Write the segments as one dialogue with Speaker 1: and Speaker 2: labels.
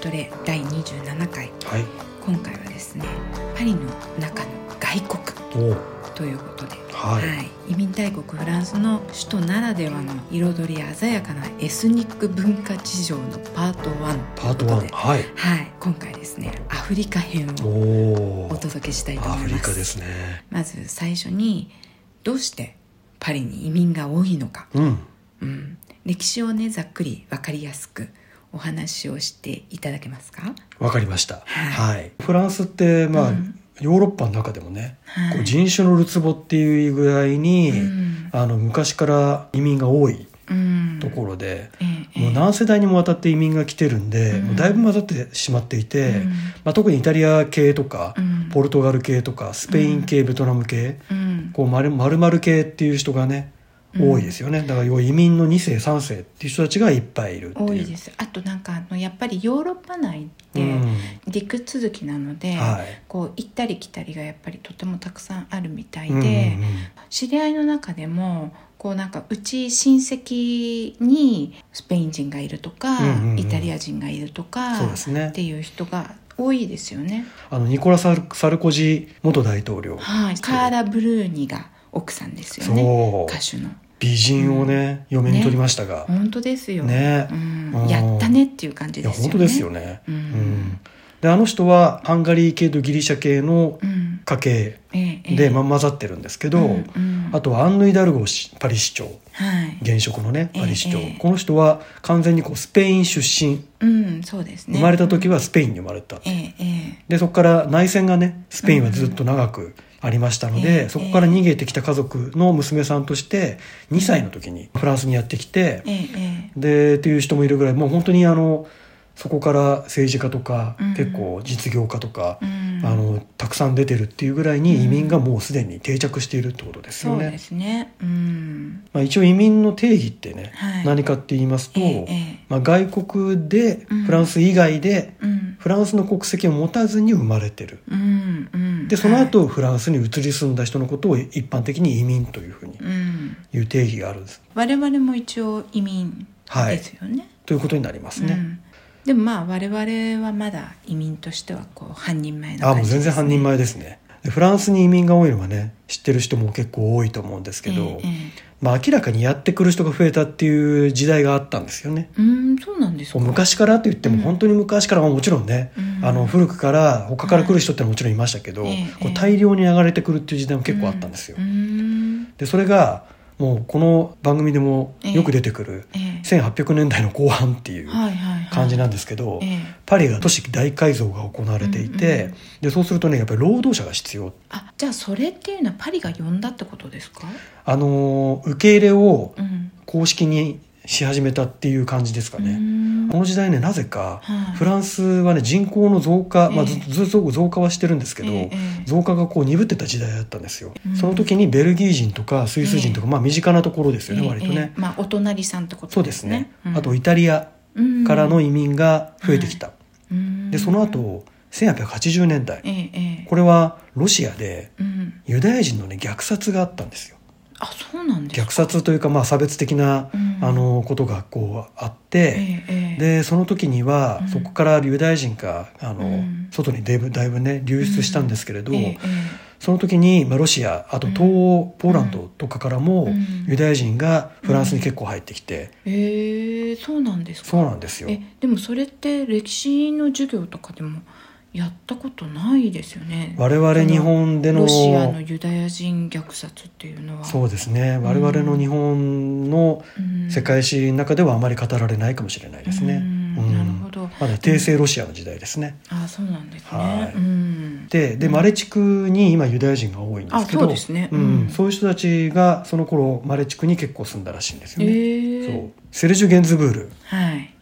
Speaker 1: トレ第27回
Speaker 2: はい
Speaker 1: 今回はですねパリの中の外国
Speaker 2: おう
Speaker 1: ということで、
Speaker 2: はい
Speaker 1: 移民大国フランスの首都ならではの彩り鮮やかなエスニック文化事情のパート1
Speaker 2: パー
Speaker 1: と
Speaker 2: ト
Speaker 1: いうこと
Speaker 2: 1
Speaker 1: で、
Speaker 2: はい
Speaker 1: はい、今回ですねアフリカ編
Speaker 2: お
Speaker 1: を
Speaker 2: お
Speaker 1: お届けしたいと
Speaker 2: ア
Speaker 1: 思
Speaker 2: フ
Speaker 1: い
Speaker 2: リ
Speaker 1: ます
Speaker 2: カですね
Speaker 1: まず最初にどうしてパリに移民が多いのか、
Speaker 2: うん
Speaker 1: うん、歴史をねざっくり分かりやすくお話をしていただけますか
Speaker 2: わかりました、
Speaker 1: は
Speaker 2: はいフランスってまあ、
Speaker 1: うん
Speaker 2: ヨーロッパの中でもね、
Speaker 1: はい
Speaker 2: こう人種のるつぼっていうぐらいに、
Speaker 1: うん
Speaker 2: あの昔から移民が多い
Speaker 1: うん
Speaker 2: ところで、
Speaker 1: ええ
Speaker 2: もう何世代にもわたって移民が来てるんで、
Speaker 1: うん
Speaker 2: もうだいぶ混ざってしまっていて、
Speaker 1: うん
Speaker 2: まあ、特にイタリア系とか、
Speaker 1: うん
Speaker 2: ポルトガル系とかスペイン系、ベトナム系
Speaker 1: うん
Speaker 2: こう丸丸々系っていう人がね
Speaker 1: うん
Speaker 2: 多いですよね、だから要は移民の2世3世っていう人たちがいっぱいいるっていう
Speaker 1: 多いですあとなんかあのやっぱりヨーロッパ内って
Speaker 2: うん
Speaker 1: 陸続きなので、
Speaker 2: はい
Speaker 1: こう行ったり来たりがやっぱりとてもたくさんあるみたいで、
Speaker 2: うんうんうん
Speaker 1: 知り合いの中でもこうなんかうち親戚にスペイン人がいるとか、
Speaker 2: うんうんうん
Speaker 1: イタリア人がいるとか
Speaker 2: そうですね
Speaker 1: っていう人が多いですよね。
Speaker 2: あのニコラサル・サルコジ元大統領、
Speaker 1: はい、カーラ・ブルーニが奥さんですよね
Speaker 2: そう
Speaker 1: 歌手の。
Speaker 2: 美人をね、嫁に取りましたが、
Speaker 1: 本当ですよ、
Speaker 2: ね
Speaker 1: うん
Speaker 2: うん
Speaker 1: やったねっていう感じ
Speaker 2: い
Speaker 1: で
Speaker 2: や
Speaker 1: すよね。
Speaker 2: 本当ですよね、
Speaker 1: うん
Speaker 2: であの人はハンガリー系とギリシャ系の
Speaker 1: うん
Speaker 2: 家系
Speaker 1: ええ
Speaker 2: で、ま混ざってるんですけど、
Speaker 1: うんうん
Speaker 2: あとはアンヌ・イダルゴ市パリ市長
Speaker 1: はい、
Speaker 2: 現職のねパリ市長、
Speaker 1: ええ
Speaker 2: この人は完全にこうスペイン出身、
Speaker 1: うん、そうですね。
Speaker 2: 生まれた時はスペインに生まれた、
Speaker 1: ええ、ええ、
Speaker 2: でそこから内戦がねスペインはずっと長くありましたので、
Speaker 1: ええ
Speaker 2: そこから逃げてきた家族の娘さんとして2歳の時にフランスにやってきて、
Speaker 1: ええ、え
Speaker 2: でっていう人もいるぐらいもう本当にあのそこから政治家とか、
Speaker 1: うん
Speaker 2: 結構実業家とか
Speaker 1: え、うん、
Speaker 2: あのたくさん出てるっていうぐらいに移民がもうすでに定着しているってことですよ
Speaker 1: そう
Speaker 2: ね。
Speaker 1: ですね。うん、
Speaker 2: まあ、一応移民の定義ってね、
Speaker 1: はい
Speaker 2: 何かって言いますと、
Speaker 1: ええええ
Speaker 2: まあ、外国で
Speaker 1: うん
Speaker 2: フランス以外で、
Speaker 1: うん、
Speaker 2: フランスの国籍を持たずに生まれてる
Speaker 1: うん、うん。
Speaker 2: でその後、フランスに移り住んだ人のことを一般的に移民というふうに
Speaker 1: はい、うん、
Speaker 2: いう定義があるんです
Speaker 1: 我々も一応移民
Speaker 2: はい
Speaker 1: ですよね。
Speaker 2: ということになりますね。
Speaker 1: うんでもまあ我々はまだ移民としてはこう半人前な
Speaker 2: あ
Speaker 1: 感
Speaker 2: もう
Speaker 1: じです、ね、
Speaker 2: 全然半人前ですねでフランスに移民が多いのはね知ってる人も結構多いと思うんですけ
Speaker 1: ええ
Speaker 2: ど、
Speaker 1: え
Speaker 2: まあ、明らかにやってくる人が増えたっていう時代があったんですよね。
Speaker 1: えうんそうなんですか
Speaker 2: こう昔からといって
Speaker 1: うん
Speaker 2: も本当に昔からはもちろんね、
Speaker 1: うん
Speaker 2: あの古くから他から来る人ってのはもちろんいましたけど、
Speaker 1: ええ
Speaker 2: こ
Speaker 1: ええ
Speaker 2: う大量に流れてくるっていう時代も結構あったんですよ。
Speaker 1: うん
Speaker 2: でそれがもうこの番組でもよく出てくる
Speaker 1: ええ
Speaker 2: 1800年代の後半っていう
Speaker 1: はいはいはい、
Speaker 2: 感じなんんですけど、
Speaker 1: ええ
Speaker 2: パリが都市大改造が行われていて、
Speaker 1: うんうん
Speaker 2: でそうするとねやっぱり労働者が必要
Speaker 1: あじゃあそれっていうのはパリが呼んだってことですか、
Speaker 2: あのー受け入れを
Speaker 1: うん
Speaker 2: 公式にし始めたっていう感じですか
Speaker 1: う
Speaker 2: ね。
Speaker 1: ん
Speaker 2: この時代ねなぜか、
Speaker 1: はい
Speaker 2: フランスはね人口の増加、まあ、
Speaker 1: ええ
Speaker 2: ずずっと増加はしてるんですけど、
Speaker 1: ええええ
Speaker 2: 増加がこう鈍ってた時代だったんですよ、
Speaker 1: うん
Speaker 2: その時にベルギー人とかスイス人とか、まあ身近なところですよね、割と
Speaker 1: ええ
Speaker 2: ね、
Speaker 1: まあ、お隣さんってこと
Speaker 2: そうで
Speaker 1: ですす
Speaker 2: ね
Speaker 1: ね、
Speaker 2: あとイタリアからの移民が増えてきた、
Speaker 1: で
Speaker 2: でその後1880年代
Speaker 1: ええええ
Speaker 2: これはロシアで
Speaker 1: うん、
Speaker 2: ユダヤ人のね虐殺があったんですよ
Speaker 1: あそうなんです
Speaker 2: 虐殺というかまあ差別的な、
Speaker 1: うん
Speaker 2: あのことがこうあって、
Speaker 1: ええええ
Speaker 2: でその時には、
Speaker 1: うん
Speaker 2: そこからユダヤ人があの、
Speaker 1: うん
Speaker 2: 外にだいぶだいぶね流出したんですけれど、
Speaker 1: えええ
Speaker 2: その時に、まあ、ロシアあと東欧、ポーランドとかからも、
Speaker 1: うん
Speaker 2: ユダヤ人がフランスに結構入ってきて、
Speaker 1: えええそうなんですか
Speaker 2: そうなんですよ。
Speaker 1: えでもそれって歴史の授業とかでもやったことないですよね
Speaker 2: 我々日本での
Speaker 1: ロシアのユダヤ人虐殺っていうのは、
Speaker 2: そううですね
Speaker 1: ん
Speaker 2: 我々の日本の
Speaker 1: うん、
Speaker 2: 世界史の中ではあまり語られないかもしれないですね。
Speaker 1: うんなるほど
Speaker 2: まだ帝政ロシアの時代ですね。
Speaker 1: ああそうなんですね、
Speaker 2: はい
Speaker 1: うん、
Speaker 2: ででマレ地区に今ユダヤ人が多いんですけど
Speaker 1: あそうですね
Speaker 2: うん
Speaker 1: うん
Speaker 2: そういう人たちがその頃マレ地区に結構住んだらしいんですよね、
Speaker 1: ええ
Speaker 2: そうセルジュ・ゲンズブール
Speaker 1: はい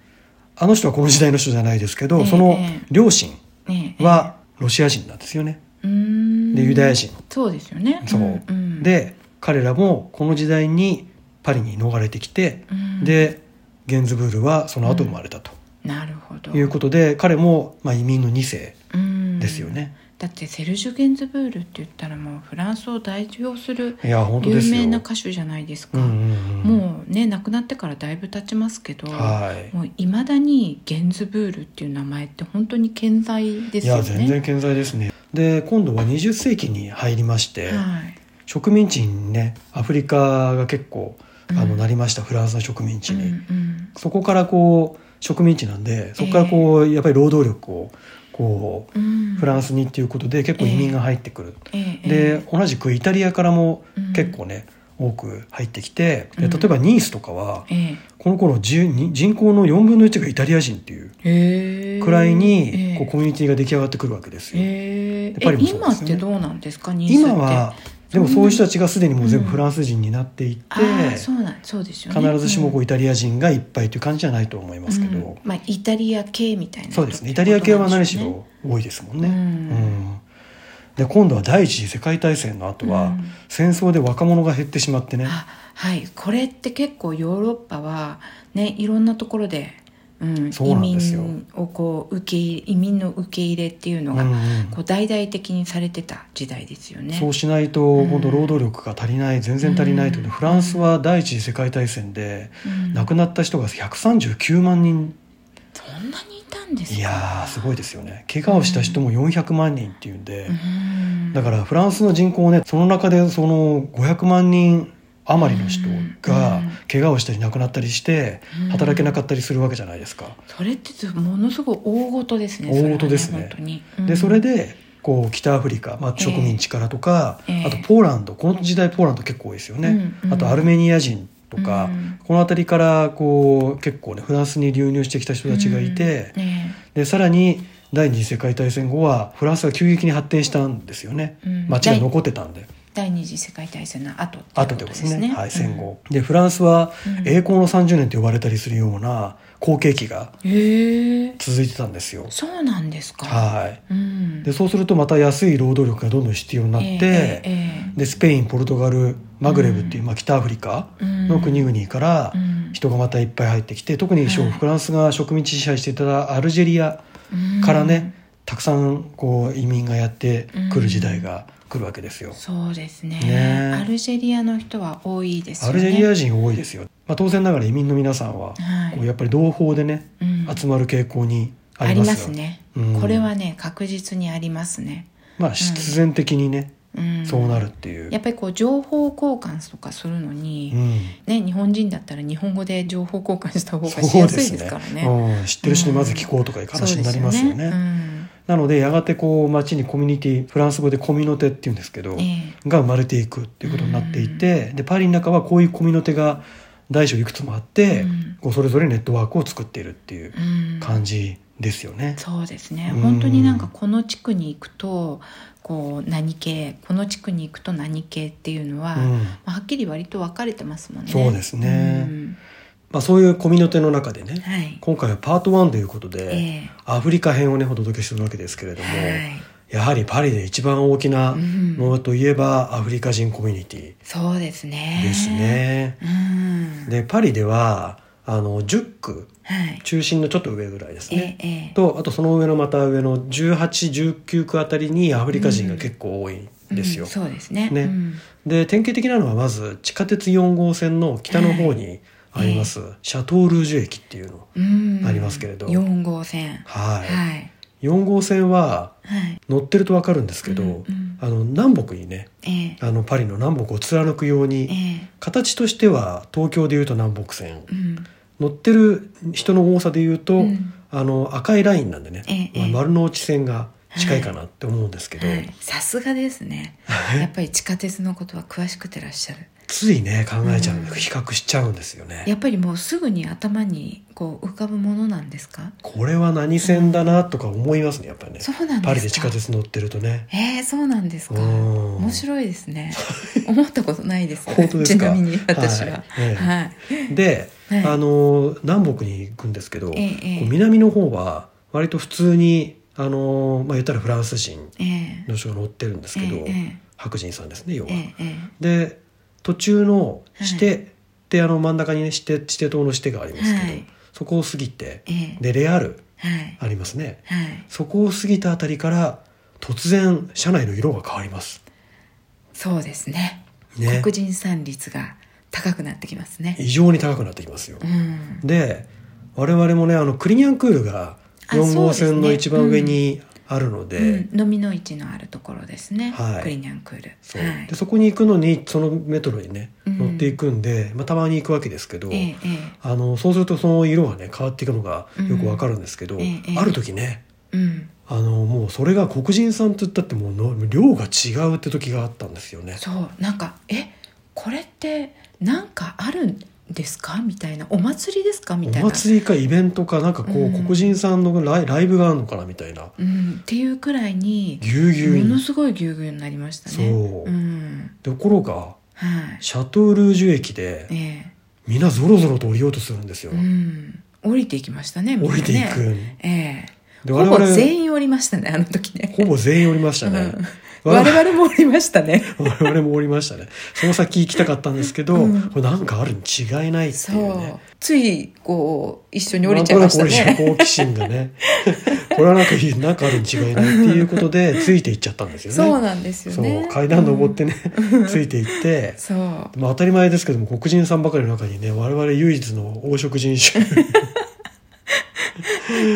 Speaker 2: あの人はこの時代の人じゃないですけど、
Speaker 1: ええ
Speaker 2: その両親
Speaker 1: ねえ
Speaker 2: はロシア人なんですよね、
Speaker 1: ええうーん
Speaker 2: でユダヤ人
Speaker 1: そうですよね
Speaker 2: そう、
Speaker 1: んうん、
Speaker 2: で彼らもこの時代にパリに逃れてきて、
Speaker 1: うん
Speaker 2: でゲンズブールはその後生まれたと
Speaker 1: なるほど
Speaker 2: いうことで、彼も、まあ、移民の2世
Speaker 1: うん
Speaker 2: ですよね、
Speaker 1: だってセルジュ・ゲンズブールって言ったらもうフランスを代表する
Speaker 2: いや本当で
Speaker 1: 有
Speaker 2: すよ
Speaker 1: 名な歌手じゃないですか
Speaker 2: うんうんうん
Speaker 1: もうね亡くなってからだいぶ経ちますけど、
Speaker 2: はい
Speaker 1: もういまだにゲンズブールっていう名前って本当に健在で
Speaker 2: い
Speaker 1: すよ
Speaker 2: や
Speaker 1: ね。
Speaker 2: 全然健在ですねで今度は20世紀に入りまして、
Speaker 1: はい、
Speaker 2: 植民地にねアフリカが結構あの、
Speaker 1: うん
Speaker 2: なりましたフランスの植民地に、
Speaker 1: うんうん
Speaker 2: そこからこう植民地なんでそこからこう、やっぱり労働力をこう
Speaker 1: うん
Speaker 2: フランスにっていうことで結構移民が入ってくる、
Speaker 1: ええ
Speaker 2: で同じくイタリアからも
Speaker 1: うん
Speaker 2: 結構ね、多く入ってきてで
Speaker 1: うん
Speaker 2: 例えばニースとかは
Speaker 1: ええ
Speaker 2: この頃じゅうに人口の4分の1がイタリア人っていう
Speaker 1: へえ
Speaker 2: くらいに
Speaker 1: え
Speaker 2: こうコミュニティが出来上がってくるわけですよ。
Speaker 1: ええ
Speaker 2: パリもそう
Speaker 1: 今
Speaker 2: です
Speaker 1: っ
Speaker 2: よ
Speaker 1: て
Speaker 2: ね
Speaker 1: どうなんですかニーズって
Speaker 2: 今はでもそういう人たちがすでにもう全部フランス人になっていって、
Speaker 1: あーそうなんそうですよね
Speaker 2: 必ずしもこ
Speaker 1: いう
Speaker 2: イタリア人がいっぱいという感じじゃないと思いますけど、
Speaker 1: うんまあ、イタリア系みたいな
Speaker 2: そうですねイタリア系は何し
Speaker 1: ね
Speaker 2: ろ多いですもんね。
Speaker 1: うん
Speaker 2: うんで今度は第一次世界大戦の後は、
Speaker 1: うん
Speaker 2: 戦争で若者が減ってしまってね
Speaker 1: あはいこれって結構ヨーロッパはねいろんなところで、うん、
Speaker 2: そう
Speaker 1: 移
Speaker 2: なんですよ
Speaker 1: 民をこう受け入れ移民の受け入れっていうのが、
Speaker 2: うんうん
Speaker 1: こう大々的にされてた時代ですよね。
Speaker 2: そうしないと
Speaker 1: うん
Speaker 2: 今度労働力が足りない、全然足りないということで、
Speaker 1: うん
Speaker 2: フランスは第一次世界大戦で
Speaker 1: うん
Speaker 2: 亡くなった人が139万人、
Speaker 1: そんなにいたんですか
Speaker 2: いやーすごいですよね怪我をした人も400万人っていうんで、
Speaker 1: うん
Speaker 2: だからフランスの人口ねその中でその500万人余りの人
Speaker 1: う
Speaker 2: が
Speaker 1: ん
Speaker 2: 怪我をしたり亡くなったりして
Speaker 1: うん
Speaker 2: 働けなかったりするわけじゃないですか。
Speaker 1: それってものすごい大ごとですね
Speaker 2: 大事です
Speaker 1: それは
Speaker 2: ね
Speaker 1: 本当に
Speaker 2: でそれ、でこう北アフリカ、まあ、
Speaker 1: ええ
Speaker 2: 植民地からとか、
Speaker 1: ええ
Speaker 2: あとポーランドこの時代ポーランド結構多いですよね、
Speaker 1: うんうん
Speaker 2: あとアルメニア人とか、
Speaker 1: うん
Speaker 2: この辺りからこう結構ねフランスに流入してきた人たちがいて、
Speaker 1: うんね
Speaker 2: でさらに第二次世界大戦後はフランスが急激に発展したんですよね、
Speaker 1: うん
Speaker 2: 街が残ってたんで。
Speaker 1: 第二次世界大戦の後
Speaker 2: あとでことですねはい、戦、後、でフランスは
Speaker 1: うん
Speaker 2: 栄光の30年と呼ばれたりするような好景気が
Speaker 1: うんへえ
Speaker 2: 続いてたんですよ、
Speaker 1: そうなんですか
Speaker 2: はい
Speaker 1: うん
Speaker 2: でそうするとまた安い労働力がどんどん必要になって、
Speaker 1: ええええ
Speaker 2: でスペインポルトガルマグレブっていう、
Speaker 1: うん
Speaker 2: まあ、北アフリカ
Speaker 1: うん
Speaker 2: の国々から
Speaker 1: うん
Speaker 2: 人がまたいっぱい入ってきて特
Speaker 1: は
Speaker 2: に
Speaker 1: い
Speaker 2: フランスが植民地支配していたアルジェリアからね、たくさんこう移民がやってくる時代が来るわけですよ
Speaker 1: うん。そうですね
Speaker 2: ね
Speaker 1: アルジェリアの人は多いです
Speaker 2: ア
Speaker 1: よ
Speaker 2: ル
Speaker 1: ね
Speaker 2: ジェリア人多いですよ、まあ、当然ながら移民の皆さんは
Speaker 1: はい
Speaker 2: こうやっぱり同胞でね
Speaker 1: うん
Speaker 2: 集まる傾向にあ
Speaker 1: あ
Speaker 2: り
Speaker 1: り
Speaker 2: ま
Speaker 1: ますす
Speaker 2: よ
Speaker 1: ね、
Speaker 2: うん
Speaker 1: これはね確実にありますね、
Speaker 2: まあ必然的にね、
Speaker 1: うん、
Speaker 2: そうなるっていう
Speaker 1: やっぱりこう情報交換とかするのに、
Speaker 2: うん
Speaker 1: ね、日本人だったら日本語で情報交換した方がし
Speaker 2: そう
Speaker 1: や
Speaker 2: です
Speaker 1: い
Speaker 2: す
Speaker 1: ですからね。
Speaker 2: ねうん、知ってる人にまず聞こうとかいう話になりますよね,、
Speaker 1: そうですうん
Speaker 2: なのでやがてこう街にコミュニティフランス語でコミュノテっていうんですけど、
Speaker 1: え
Speaker 2: が生まれていくっていうことになっていて、でパリの中はこういうコミュノテが大小いくつもあって、
Speaker 1: うん
Speaker 2: こうそれぞれネットワークを作っているっていう
Speaker 1: えうん
Speaker 2: 感じですよね。
Speaker 1: そうですね、
Speaker 2: うん
Speaker 1: 本当になんかこの地区に行くとこう何系この地区に行くと何系っていうのは、
Speaker 2: うん
Speaker 1: まあ、はっきり割と分かれてますもんね。
Speaker 2: そうですね
Speaker 1: うん
Speaker 2: まあ、そういうコミュノテの中でね、
Speaker 1: はい、
Speaker 2: 今回はパート1ということで、
Speaker 1: ええ
Speaker 2: アフリカ編をねお届けするわけですけれども、
Speaker 1: はい
Speaker 2: やはりパリで一番大きな
Speaker 1: うん
Speaker 2: ものといえば、アフリカ人コミュニテ
Speaker 1: そうですね
Speaker 2: ィですね。
Speaker 1: うん
Speaker 2: でパリではあの10区
Speaker 1: はい
Speaker 2: 中心のちょっと上ぐらいです
Speaker 1: ええ
Speaker 2: ね。
Speaker 1: ええ
Speaker 2: とあとその上のまた上の1819区あたりにアフリカ人が結構多いんですよ。
Speaker 1: うんそうですね
Speaker 2: ね
Speaker 1: うん
Speaker 2: で典型的なのはまず地下鉄4号線の北の方にあります、シャトールージュ駅っていうの。
Speaker 1: うん
Speaker 2: ありますけれど
Speaker 1: 4号線
Speaker 2: はい
Speaker 1: はい
Speaker 2: 4号線は
Speaker 1: はい
Speaker 2: 乗ってるとわかるんですけど、
Speaker 1: うんうん
Speaker 2: あの南北にね
Speaker 1: ええ
Speaker 2: あのパリの南北を貫くよう
Speaker 1: え
Speaker 2: に
Speaker 1: え
Speaker 2: 形としては東京でいうと南北線
Speaker 1: うん
Speaker 2: 乗ってる人の多さでいうと、
Speaker 1: うん
Speaker 2: あの赤いラインなんでね、
Speaker 1: ええ
Speaker 2: まあ
Speaker 1: ええ
Speaker 2: 丸の内線が近いかなって思うんですけど、
Speaker 1: はいさすがです ねやっぱり地下鉄のことは詳しくてらっしゃる
Speaker 2: ついね考えちゃう、
Speaker 1: うん
Speaker 2: 比較しちゃうんですよね。
Speaker 1: やっぱりもうすぐに頭にこう浮かぶものなんですか
Speaker 2: これは何線だなとか思いますねやっぱりね
Speaker 1: そうなんですか
Speaker 2: パリで地下鉄乗ってるとね。
Speaker 1: ええそうなんですか
Speaker 2: うん
Speaker 1: 面白いですね 思ったことないです
Speaker 2: 本当ですか
Speaker 1: ちなみに私は
Speaker 2: はいええ
Speaker 1: はい
Speaker 2: で、
Speaker 1: はい
Speaker 2: あの南北に行くんですけど、
Speaker 1: ええええ
Speaker 2: こう南の方は割と普通にあの、まあ、言ったらフランス人
Speaker 1: ええ
Speaker 2: の人が乗ってるんですけど、
Speaker 1: ええ
Speaker 2: 白人さんですね要は。
Speaker 1: えええ
Speaker 2: で途中の
Speaker 1: はい
Speaker 2: 指定、ってあの真ん中にね指定指定塔の指定がありますけど、
Speaker 1: はい
Speaker 2: そこを過ぎて
Speaker 1: えええ
Speaker 2: でレアル
Speaker 1: はい
Speaker 2: ありますね
Speaker 1: はい
Speaker 2: そこを過ぎたあたりから突然車内の色が変わります。
Speaker 1: そうですね
Speaker 2: ね
Speaker 1: 黒人産率が高高くなってきますね。
Speaker 2: 異常に高くなってきますよ
Speaker 1: う。ん、
Speaker 2: で我々もねあのクリニャンクールが
Speaker 1: あ
Speaker 2: 4
Speaker 1: そう
Speaker 2: 号
Speaker 1: ですね
Speaker 2: 線の一番上にあるので。
Speaker 1: うん、のみの市のあるところですね、
Speaker 2: はい
Speaker 1: クリニャンクール。
Speaker 2: そう
Speaker 1: はい
Speaker 2: でそこに行くのにそのメトロにね
Speaker 1: うん
Speaker 2: 乗っていくんで、まあ、たまに行くわけですけど、
Speaker 1: えええ
Speaker 2: あのそうするとその色がね変わっていくのがよくわかるんですけど、
Speaker 1: うんええ
Speaker 2: ある時ね
Speaker 1: えうん、
Speaker 2: あのもうそれが黒人さんって言ったってもうの量が違うって時があったんですよね。
Speaker 1: そうなんかえこれってなんかあるんですかみたいなお祭りですかみたい
Speaker 2: お
Speaker 1: な、
Speaker 2: 祭りかイベントかなんかこう、
Speaker 1: うん
Speaker 2: 黒人さんのライライブがあるのかなみたいな
Speaker 1: うん、っていうくらいに
Speaker 2: ぎゅうぎゅう
Speaker 1: もの
Speaker 2: に。
Speaker 1: すごいぎゅうぎゅうになりましたね。
Speaker 2: そう
Speaker 1: うん、
Speaker 2: ところが
Speaker 1: はい、
Speaker 2: シャトールージュ駅で
Speaker 1: ええ
Speaker 2: みんなぞろぞろと降りようとするんですよ。
Speaker 1: うん、降りていきましたねみんな
Speaker 2: 降
Speaker 1: ね
Speaker 2: りていく。
Speaker 1: ええ
Speaker 2: で
Speaker 1: ほ
Speaker 2: 我
Speaker 1: ぼ
Speaker 2: 々
Speaker 1: 全員降りましたねあの時ね
Speaker 2: ほぼ全員降りましたね。
Speaker 1: うん我々も降りましたね
Speaker 2: 我々もおりましたねその先行きたかったんですけど、
Speaker 1: うん
Speaker 2: これなんかあるに違いないって
Speaker 1: そ
Speaker 2: いううね
Speaker 1: ついこう一緒に降
Speaker 2: な
Speaker 1: り
Speaker 2: ん
Speaker 1: ちゃ
Speaker 2: と
Speaker 1: い
Speaker 2: な
Speaker 1: ま
Speaker 2: く
Speaker 1: した
Speaker 2: 俺じゃ
Speaker 1: ね
Speaker 2: 好奇心がね これはなんかいいなんかあるに違いないっていうこ とでついていっちゃったんですよね
Speaker 1: そうなんですよね
Speaker 2: そう階段登ってね、ついていって
Speaker 1: うん、そう
Speaker 2: まあ、当たり前ですけども黒人さんばかりの中にね我々唯一の黄色人種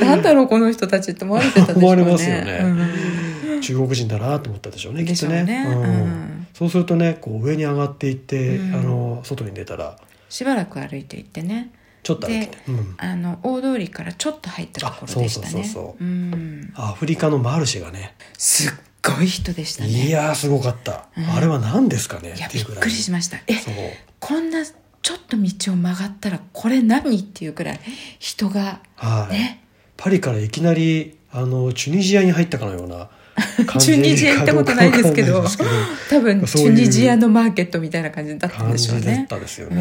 Speaker 1: なんだろうこの人たちって思われてたでしょうね
Speaker 2: 思われますよね
Speaker 1: うん
Speaker 2: 中国人だなと思ったでしょうねき
Speaker 1: で
Speaker 2: っ
Speaker 1: し
Speaker 2: と
Speaker 1: ょうね
Speaker 2: ねうん
Speaker 1: うん
Speaker 2: そうするとねこう上に上がっていって、
Speaker 1: うん
Speaker 2: あの外に出たら
Speaker 1: しばらく歩いていってね
Speaker 2: ちょっと歩いて、うん、
Speaker 1: あの大通りからちょっと入ったところでしたね
Speaker 2: あそうそうそうそう
Speaker 1: うん
Speaker 2: アフリカのマルシェがね
Speaker 1: すっごい人でしたね
Speaker 2: いやーすごかった、
Speaker 1: うん
Speaker 2: あれは何ですかね
Speaker 1: いや
Speaker 2: って
Speaker 1: び
Speaker 2: い
Speaker 1: っ
Speaker 2: うぐらい
Speaker 1: くりしましたえ
Speaker 2: そう
Speaker 1: こんなちょっと道を曲がったらこれ何っていうくらい人が
Speaker 2: はい、
Speaker 1: ね
Speaker 2: パリからいきなりあのチュニジアに入ったかのよ うな感じ
Speaker 1: チュニジア行ったことないですけど
Speaker 2: かどうかわかんないです
Speaker 1: 多分チ
Speaker 2: そう
Speaker 1: ュ
Speaker 2: いう
Speaker 1: ニジアのマーケットみたいな感じだっ
Speaker 2: け
Speaker 1: たん
Speaker 2: ど感
Speaker 1: でしょう
Speaker 2: じだっ
Speaker 1: ね
Speaker 2: たですよ
Speaker 1: うん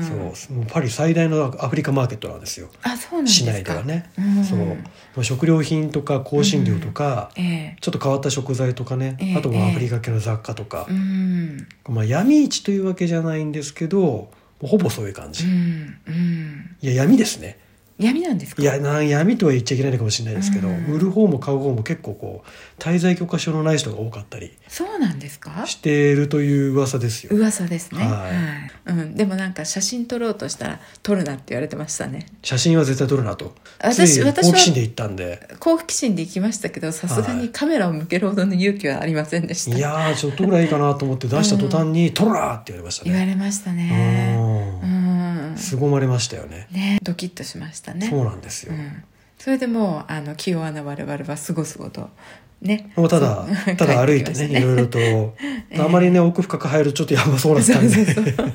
Speaker 2: ね、そうもうパリ最大のアフリカマーケットなんですよ
Speaker 1: あそうなんです
Speaker 2: 市
Speaker 1: か
Speaker 2: 内ではね、
Speaker 1: うん
Speaker 2: そうもう食料品とか香辛料とか、
Speaker 1: ええ
Speaker 2: ちょっと変わった食材とかね、
Speaker 1: ええ
Speaker 2: あとはアフリカ系の雑貨とか
Speaker 1: う、ん
Speaker 2: まあ、闇市というわけじゃないんですけどもうほぼそういう感
Speaker 1: う
Speaker 2: じ、い
Speaker 1: んうん
Speaker 2: や闇ですね
Speaker 1: 闇なんですか
Speaker 2: いやな闇とは言っちゃいけないのかもしれないですけど、
Speaker 1: うん
Speaker 2: 売る方も買う方も結構こう滞在許可証のない人が多かったり
Speaker 1: そうなんですか
Speaker 2: しているという噂ですよ
Speaker 1: 噂ですね
Speaker 2: はい
Speaker 1: はい、うん、でもなんか写真撮ろうとしたら撮るなって言われてましたね
Speaker 2: 写真は絶対撮るなと
Speaker 1: 私
Speaker 2: つい
Speaker 1: 私は
Speaker 2: 好奇心で行ったんで
Speaker 1: 好奇心で行きましたけどさすが
Speaker 2: は
Speaker 1: に
Speaker 2: い
Speaker 1: カメラを向けるほどの勇気はありませんでした、
Speaker 2: いやーちょっとぐらいいいかなと思って出した途端に「撮るな!」って言われました
Speaker 1: 言わ
Speaker 2: ね
Speaker 1: れました
Speaker 2: う
Speaker 1: ねうんん
Speaker 2: 凄まれましたよね
Speaker 1: ねドキッとしましたね
Speaker 2: そうなんですよ、
Speaker 1: うん、それでもうあの器用な我々はすごすごとね
Speaker 2: もうただ
Speaker 1: そう
Speaker 2: ただ歩いて
Speaker 1: 帰っきました
Speaker 2: ねいろい ろと、あまりね奥深く入るとちょっとやばそうだったん
Speaker 1: そう
Speaker 2: で
Speaker 1: そうそう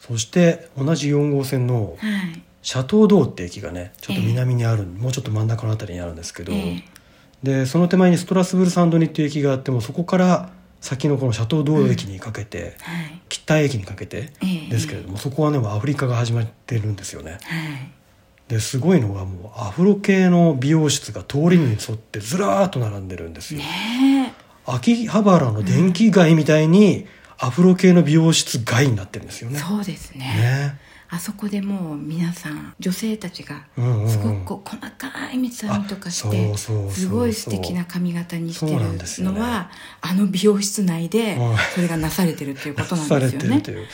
Speaker 2: そして同じ4号線の
Speaker 1: はい
Speaker 2: シャトードーって駅がねちょっと南にある、もうちょっと真ん中のあたりにあるんですけど、
Speaker 1: え
Speaker 2: でその手前にストラスブルサンドニっていう駅があってもそこから先のこのシャトードー駅にかけて、
Speaker 1: えはい
Speaker 2: 北駅にかけて
Speaker 1: ええ
Speaker 2: ですけれども、そこはねもうアフリカが始まってるんですよね
Speaker 1: はい
Speaker 2: ですごいのがもうアフロ系の美容室が通りに沿ってずらーっと並んでるんですよ、
Speaker 1: ね
Speaker 2: 秋葉原の電気街みたいにアフロ系の美容室街になってるんですよ
Speaker 1: え
Speaker 2: ね
Speaker 1: そうですね
Speaker 2: ね
Speaker 1: あそこでもう皆さん女性たちが
Speaker 2: うんうんうん
Speaker 1: すごくこう細かい三つ編みとかして
Speaker 2: あそうそうそうそう
Speaker 1: すごい素敵な髪型にしてる
Speaker 2: そうなんですよ
Speaker 1: の
Speaker 2: ね
Speaker 1: はあの美容室内で
Speaker 2: うん
Speaker 1: それがなされてるっていうことなん
Speaker 2: さ
Speaker 1: で
Speaker 2: れ
Speaker 1: すよ
Speaker 2: てる
Speaker 1: ね
Speaker 2: と。いう、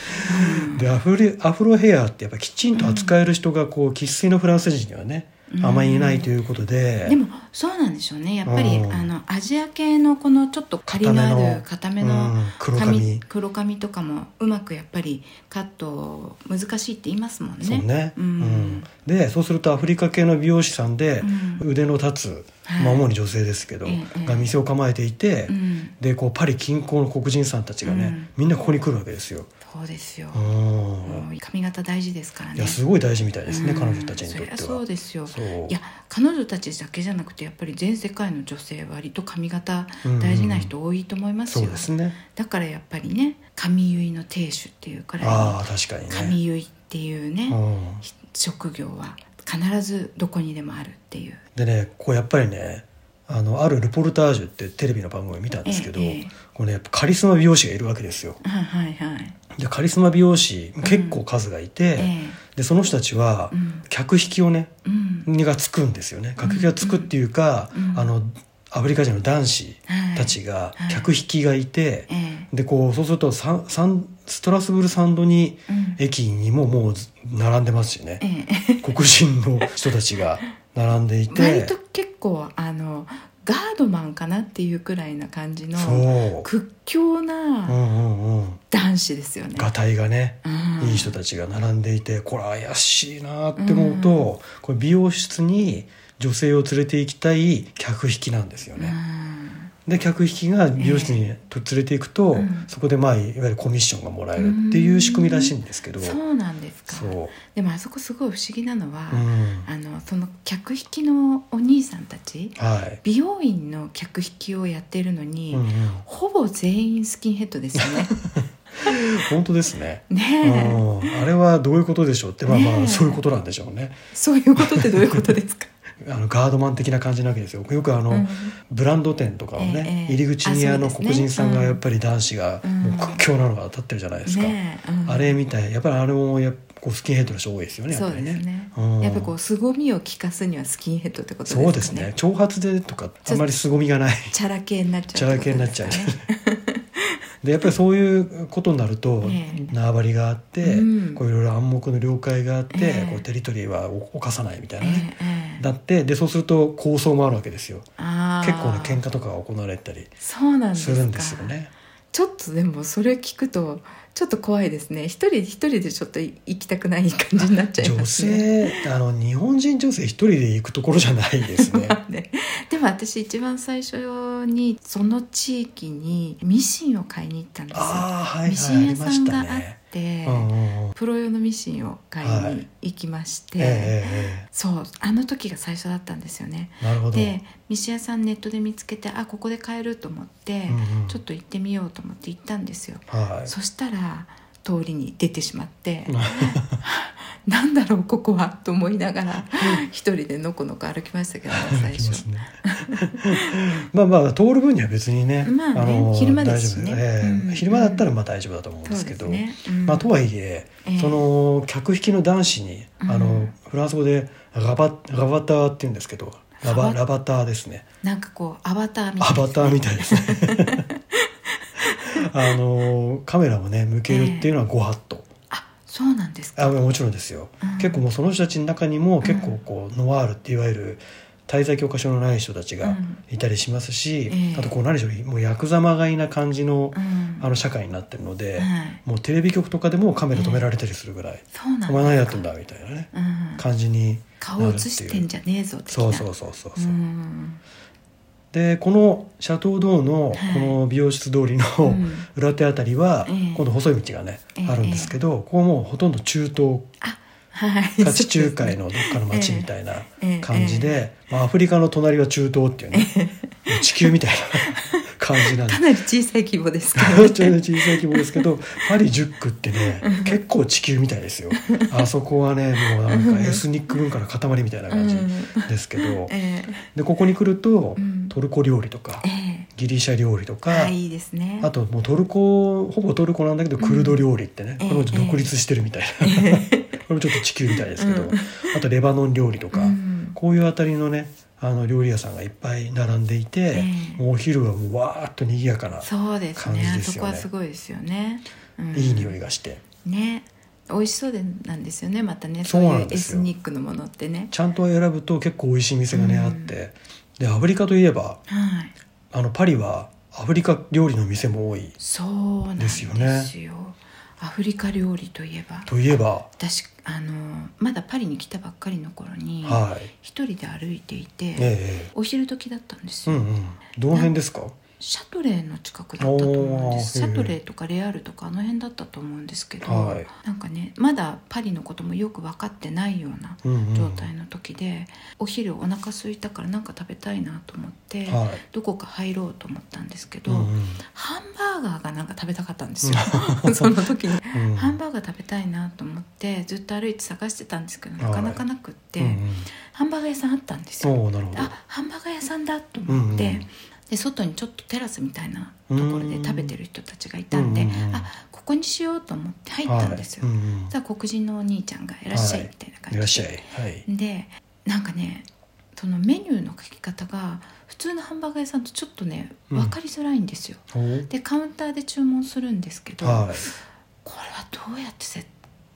Speaker 2: でアフレアフロヘアってやっぱきちんと扱える人がこう生粋のフランス人にはね、あまりいないということで、
Speaker 1: でもそうなんでしょうねやっぱり、
Speaker 2: うん
Speaker 1: あのアジア系のこのちょっと仮がある固
Speaker 2: 固
Speaker 1: め
Speaker 2: め
Speaker 1: の
Speaker 2: の
Speaker 1: 髪
Speaker 2: うん黒髪
Speaker 1: 黒髪とかもうまくやっぱりカット難しいって言いますもんね。
Speaker 2: そうね、
Speaker 1: う
Speaker 2: うんんでそうするとアフリカ系の美容師さんで
Speaker 1: う
Speaker 2: 腕の立つ、
Speaker 1: はい
Speaker 2: まあ、主に女性ですけど、
Speaker 1: ええ
Speaker 2: が店を構えていて、
Speaker 1: うん
Speaker 2: でこうパリ近郊の黒人さんたちがね、
Speaker 1: うん
Speaker 2: みんなここに来るわけですよ。
Speaker 1: そうですよ、
Speaker 2: うん
Speaker 1: もう髪型大事ですからね。
Speaker 2: いやすごい大事みたいですね、
Speaker 1: うん
Speaker 2: 彼女たちにとっては。
Speaker 1: そりゃそうですよ
Speaker 2: そう
Speaker 1: いや彼女たちだけじゃなくてやっぱり全世界の女性割と髪型大事な人多いと思いますよ、
Speaker 2: そうですね。
Speaker 1: だからやっぱりね髪結いの亭主っていうくらい
Speaker 2: あ
Speaker 1: の
Speaker 2: あ確かにね。
Speaker 1: 髪結いっていうね、
Speaker 2: うん
Speaker 1: 職業は必ずどこにでもあるっていう
Speaker 2: でねこうやっぱりねあのあるルポルタージュってテレビの番組を見たんですけど、
Speaker 1: ええええ
Speaker 2: これねやっぱカリスマ美容師がいるわけですよ。
Speaker 1: はいはいはい
Speaker 2: でカリスマ美容師結構数がいて、
Speaker 1: ええ
Speaker 2: でその人たちは
Speaker 1: うん
Speaker 2: 客引きをね、
Speaker 1: うん
Speaker 2: がつくんですよね客引きがつくっていうか、
Speaker 1: うん
Speaker 2: あのアフリカ人の男子
Speaker 1: はい
Speaker 2: たちが
Speaker 1: はい
Speaker 2: 客引きがいて、
Speaker 1: ええ
Speaker 2: でこうそうするとサンサンストラスブルサンドに
Speaker 1: うんうん
Speaker 2: 駅にももうず並んでますしね
Speaker 1: ええ
Speaker 2: 黒人の人たちが並んでい
Speaker 1: 割
Speaker 2: て
Speaker 1: と結構あのガードマンかなっていうくらいな感じの
Speaker 2: そう
Speaker 1: 屈強
Speaker 2: う
Speaker 1: なん
Speaker 2: うんうん
Speaker 1: 男子ですよね。
Speaker 2: がたいがね
Speaker 1: うん
Speaker 2: いい人たちが並んでいてこれ怪しいなって思うと、これ美容室に女性を連れて行きたい客引きなんですよ
Speaker 1: うん
Speaker 2: ね、で客引きが美容室にと連れて行くと、
Speaker 1: うん
Speaker 2: そこでまあいわゆるコミッションがもらえるっていう仕組みらしいんですけど、
Speaker 1: そうなんですか
Speaker 2: そう
Speaker 1: でもあそこすごい不思議なのは、
Speaker 2: うん
Speaker 1: あのその客引きのお兄さんたち
Speaker 2: はい、
Speaker 1: 美容院の客引きをやってるのに、
Speaker 2: うんうん、
Speaker 1: ほぼ全員スキンヘッドですよ ね。
Speaker 2: 本当ですね、う
Speaker 1: ねえ、
Speaker 2: ん、あれはどういうことでしょうってまあま
Speaker 1: ねえ
Speaker 2: あそういうことなんでしょうね
Speaker 1: そういうことってどういうことです か。
Speaker 2: あのガードマン的な感じなわけですよよくあの、
Speaker 1: うん
Speaker 2: ブランド店とかをね、
Speaker 1: ええ
Speaker 2: 入り口に
Speaker 1: あ
Speaker 2: あの
Speaker 1: そうですね
Speaker 2: 黒人さんがやっぱり男子が
Speaker 1: うん
Speaker 2: もう屈強なのが立ってるじゃないですか、
Speaker 1: ねえ、うん
Speaker 2: あれみたいやっぱりあれもやっぱこうスキンヘッドの人多いですよねや
Speaker 1: そ
Speaker 2: っ
Speaker 1: う
Speaker 2: ぱり
Speaker 1: で
Speaker 2: ね
Speaker 1: すね。
Speaker 2: うん
Speaker 1: やっぱこう凄みを聞かすにはスキンヘッドってことですかね。
Speaker 2: そうですね長髪でとかあんまり凄みがない
Speaker 1: チャラ系になっち
Speaker 2: チ
Speaker 1: ゃ
Speaker 2: ャ
Speaker 1: う
Speaker 2: ラ
Speaker 1: っ
Speaker 2: 系
Speaker 1: て
Speaker 2: に
Speaker 1: こ
Speaker 2: な
Speaker 1: と
Speaker 2: っ
Speaker 1: です
Speaker 2: ち
Speaker 1: か
Speaker 2: ゃ
Speaker 1: ね、
Speaker 2: う でやっぱりそういうことになると
Speaker 1: ええ
Speaker 2: 縄張りがあって、
Speaker 1: うん
Speaker 2: こういろいろ暗黙の了解があって、
Speaker 1: ええ
Speaker 2: こうテリトリーは犯さないみたいなね、
Speaker 1: ええええ
Speaker 2: だってでそうすると抗争もあるわけですよ
Speaker 1: あー
Speaker 2: 結構ね喧嘩とかが行われたり
Speaker 1: そうなんです
Speaker 2: す
Speaker 1: か
Speaker 2: るんですよね
Speaker 1: ちょっとでもそれ聞くとちょっと怖いですね一人一人でちょっと行きたくない感じになっちゃい
Speaker 2: 女
Speaker 1: ますね
Speaker 2: 性あの日本人女性一人で行くところじゃないです ね
Speaker 1: ねでも私一番最初にその地域にミシンを買いに行ったんですよ、
Speaker 2: ああはい
Speaker 1: ミ
Speaker 2: は
Speaker 1: シン
Speaker 2: いあ
Speaker 1: 屋
Speaker 2: りま
Speaker 1: さ
Speaker 2: し
Speaker 1: んがあ
Speaker 2: た
Speaker 1: っ
Speaker 2: ね
Speaker 1: て、
Speaker 2: うんうんうん
Speaker 1: プロ用のミシンを買いに行きまして、
Speaker 2: えええ
Speaker 1: そうあの時が最初だったんですよね
Speaker 2: えええなるほど、
Speaker 1: でミシン屋さんネットで見つけてあここで買えると思って、
Speaker 2: うんうん
Speaker 1: ちょっと行ってみようと思って行ったんですよ
Speaker 2: はい
Speaker 1: そしたら通りに出てしまって
Speaker 2: うん
Speaker 1: なんだろうここはと思いながら一人でのこのこ歩きましたけど最
Speaker 2: 行きま
Speaker 1: 初。
Speaker 2: すね まあまあ通る分には別にね,、
Speaker 1: まあね昼間ですしね
Speaker 2: 大丈夫ええ
Speaker 1: うん
Speaker 2: 昼間だったらまあ大丈夫だと思うんですけど、
Speaker 1: うん
Speaker 2: まあ、とはいえ、
Speaker 1: ええ
Speaker 2: その客引きの男子に、
Speaker 1: うん
Speaker 2: あのフランス語でラバラバターって言うんですけどラバ
Speaker 1: ラ
Speaker 2: ラバターですね
Speaker 1: なんかこうアバターみたい
Speaker 2: ア
Speaker 1: な
Speaker 2: バターみたいですね あのカメラをね向けるっていうのはご法度、
Speaker 1: あそうなんですか
Speaker 2: あもちろんですよ、
Speaker 1: うん
Speaker 2: 結構もうその人たちの中にも結構こう、ノワールっていわゆる滞在教科書のない人たち
Speaker 1: う
Speaker 2: が
Speaker 1: ん
Speaker 2: いたりしますし、
Speaker 1: ええ
Speaker 2: あとこう何でしょうもうヤクザまがいな感じの,、
Speaker 1: うん
Speaker 2: あの社会になってるので、
Speaker 1: はい
Speaker 2: もうテレビ局とかでもカメラ止められたりするぐらい、
Speaker 1: そうなん
Speaker 2: お前何や
Speaker 1: です
Speaker 2: ってん
Speaker 1: か
Speaker 2: だみたいなね
Speaker 1: うん
Speaker 2: 感じに
Speaker 1: 顔映してんじゃねえぞ的な
Speaker 2: そうそうそうそうそう、
Speaker 1: ん
Speaker 2: でこのシャトードーの
Speaker 1: はい
Speaker 2: この美容室通りの、
Speaker 1: うん
Speaker 2: 裏手あたりは、
Speaker 1: ええ
Speaker 2: 今度細い道がね、
Speaker 1: ええ
Speaker 2: あるんですけどここはもうほとんど中東
Speaker 1: あはい
Speaker 2: か地中海のどっかの町みたいな
Speaker 1: ええ
Speaker 2: 感じで、まあ、アフリカの隣は中東っていうね、地球みたい な感じなんで
Speaker 1: かなり小さい規模ですけどね
Speaker 2: ちょっと小さい規模ですけどパリ10区ってね結構地球みたいですよあそこはねもうなんかエスニック文化の塊みたいな感じですけど
Speaker 1: え
Speaker 2: でここに来ると
Speaker 1: うん
Speaker 2: トルコ料理とか
Speaker 1: ええ
Speaker 2: ギリシャ料理と
Speaker 1: え
Speaker 2: か
Speaker 1: あいいですね
Speaker 2: あともうトルコほぼトルコなんだけどクルド料理ってね、
Speaker 1: うん
Speaker 2: これも独立してるみたいな、これもちょっと地球みたいですけど、
Speaker 1: うん
Speaker 2: あとレバノン料理とか、
Speaker 1: うん
Speaker 2: こういうあたりのねあの料理屋さんがいっぱい並んでいて、
Speaker 1: ええ
Speaker 2: もうお昼はもうわーっと賑やかな、
Speaker 1: そうです
Speaker 2: 感
Speaker 1: ね
Speaker 2: じ
Speaker 1: あ
Speaker 2: ですよね
Speaker 1: そこはすごいですよね、うん
Speaker 2: いい匂いがして
Speaker 1: ね美味しそうでなんですよねまたね
Speaker 2: そ
Speaker 1: そうう
Speaker 2: ない
Speaker 1: うん
Speaker 2: で
Speaker 1: エ
Speaker 2: す
Speaker 1: ス
Speaker 2: よ
Speaker 1: ニックのものってね
Speaker 2: ちゃんと選ぶと結構美味しい店がね、
Speaker 1: うん
Speaker 2: あってでアフリカといえば
Speaker 1: はい
Speaker 2: あのパリはアフリカ料理の店も多い
Speaker 1: そうなんで
Speaker 2: ですす
Speaker 1: よ
Speaker 2: よね
Speaker 1: アフリカ料理といえば
Speaker 2: といえば、
Speaker 1: 私あのまだパリに来たばっかりの頃に
Speaker 2: はい、
Speaker 1: 一人で歩いていて、
Speaker 2: え
Speaker 1: お昼時だったんです
Speaker 2: えう
Speaker 1: よ、
Speaker 2: んうんどの辺ですか
Speaker 1: シャトレーの近くだったと思うんです
Speaker 2: お
Speaker 1: シ
Speaker 2: ーへー
Speaker 1: ャトレーとかレアールとかあの辺だったと思うんですけど、
Speaker 2: はい
Speaker 1: なんかねまだパリのこともよく分かってないような
Speaker 2: うんうん
Speaker 1: 状態の時で、お昼お腹空いたからなんか食べたいなと思って、
Speaker 2: はい
Speaker 1: どこか入ろうと思ったんですけど、
Speaker 2: うんうん
Speaker 1: ハンバーガーがなんか食べたかったんですよ その時に、
Speaker 2: うん
Speaker 1: ハンバーガー食べたいなと思ってずっと歩いて探してたんですけど
Speaker 2: はい
Speaker 1: なかなかなくって、
Speaker 2: うんうん
Speaker 1: ハンバーガー屋さんあったんですよ
Speaker 2: おーなるほど
Speaker 1: あハンバーガー屋さんだと思って、
Speaker 2: うんうん
Speaker 1: で外にちょっとテラスみたいなところで食べてる人たちがいたんで、
Speaker 2: うんうんうん
Speaker 1: あここにしようと思って入ったんですよ、
Speaker 2: はいうんうん
Speaker 1: じゃあ黒人のお兄ちゃんが「いらっしゃい」
Speaker 2: は
Speaker 1: み
Speaker 2: い
Speaker 1: たいな感
Speaker 2: い
Speaker 1: じ
Speaker 2: ら
Speaker 1: で
Speaker 2: っしゃいはい
Speaker 1: でなんかねそのメニューの書き方が普通のハンバーガー屋さんとちょっとね
Speaker 2: うん
Speaker 1: 分かりづらいんですよ、
Speaker 2: お
Speaker 1: でカウンターで注文するんですけど、
Speaker 2: は
Speaker 1: これはどうやって説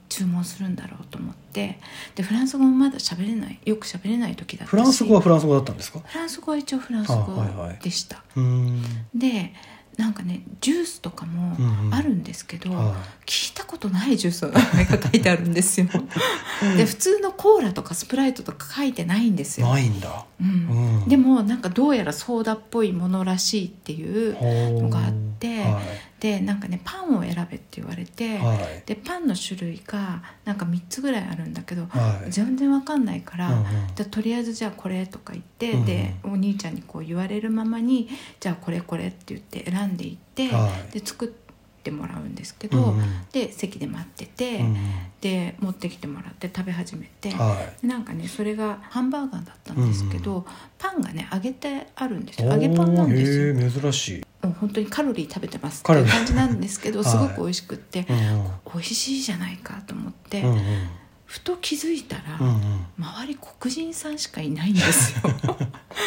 Speaker 1: 注文するんだろうと思ってでフランス語もまだ喋れないよく喋れない時だったし
Speaker 2: フランス語はフランス語だったんですか
Speaker 1: フランス語は一応フランス
Speaker 2: あはい
Speaker 1: 語
Speaker 2: はい
Speaker 1: でした、
Speaker 2: うーん
Speaker 1: でなんかねジュースとかも
Speaker 2: うんうん
Speaker 1: あるんですけど、
Speaker 2: は
Speaker 1: 聞いたことないジュースの名前が書いてあるん ですよで普通のコーラとかスプライトとか書いてないんです
Speaker 2: い
Speaker 1: よ、
Speaker 2: ないんだ
Speaker 1: うん
Speaker 2: うん
Speaker 1: でもなんかどうやらソーダっぽいものらしいっていう
Speaker 2: の
Speaker 1: のがあって
Speaker 2: は
Speaker 1: でなんかねパンを選べって言われて、
Speaker 2: いはい
Speaker 1: でパンの種類がなんか3つぐらいあるんだけど、
Speaker 2: はい
Speaker 1: 全然わかんないから、
Speaker 2: うんうん
Speaker 1: でとりあえずじゃあこれとか言って、
Speaker 2: うん
Speaker 1: でお兄ちゃんにこう言われるままにじゃあこれこれって言って選んでいって、
Speaker 2: はい
Speaker 1: で作ってもらうんですけど、
Speaker 2: うんうん
Speaker 1: で席で待ってて、
Speaker 2: うん
Speaker 1: で持ってきてもらって食べ始めて、
Speaker 2: は
Speaker 1: なんかねそれがハンバーガーだったんですけど、
Speaker 2: う
Speaker 1: パンがね揚げてあるんです
Speaker 2: い
Speaker 1: よ揚げパンなんですよ
Speaker 2: おーへー珍しい
Speaker 1: もう本当にカロリー食べてますって
Speaker 2: カロ
Speaker 1: い
Speaker 2: リ
Speaker 1: う
Speaker 2: ー
Speaker 1: 感じなんですけど、
Speaker 2: はい
Speaker 1: すごく美味しくって、
Speaker 2: うんうん
Speaker 1: 美味しいじゃないかと思って、
Speaker 2: うんうん
Speaker 1: ふと気づいたら、
Speaker 2: うんうん
Speaker 1: 周り黒人さんしかいないんです よ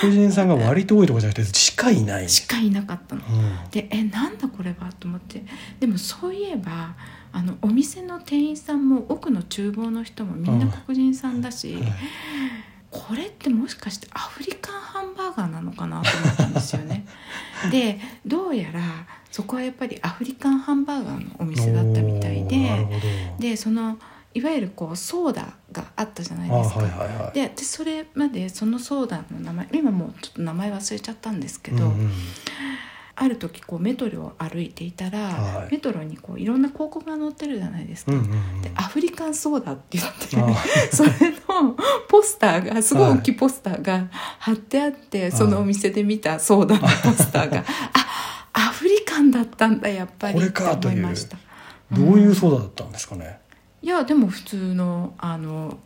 Speaker 2: 黒人さんが割と多いとかじゃなくてしかいない
Speaker 1: しかいなかったの。
Speaker 2: うん
Speaker 1: でえなんだこれはと思ってでもそういえばあのお店の店員さんも奥の厨房の人もみんな黒人さんだし、
Speaker 2: はい
Speaker 1: これってもしかしてアフリカンハンバーガーなのかなと思ったんですよ ねでどうやらそこはやっぱりアフリカンハンバーガーのお店だったみたい
Speaker 2: おーなるほ
Speaker 1: で
Speaker 2: ど
Speaker 1: でそのいわゆるこうソーダがあったじゃない
Speaker 2: あ
Speaker 1: ですか、
Speaker 2: はいはいはい
Speaker 1: ででそれまでそのソーダの名前今もうちょっと名前忘れちゃったんですけど、
Speaker 2: うんうん
Speaker 1: ある時こうメトロを歩いていたら、
Speaker 2: はい
Speaker 1: メトロにこういろんな広告が載ってるじゃないですか、
Speaker 2: うんうんうん
Speaker 1: でアフリカンソーダって言って
Speaker 2: あ
Speaker 1: それのポスターがすごい大きいポスターが貼ってあって、そのお店で見たソーダのポスター があアフリカンだったんだやっぱり
Speaker 2: こ
Speaker 1: っ
Speaker 2: れ
Speaker 1: て
Speaker 2: か
Speaker 1: 思いました
Speaker 2: どういうソーダだったんですかね
Speaker 1: いやでも普通のあの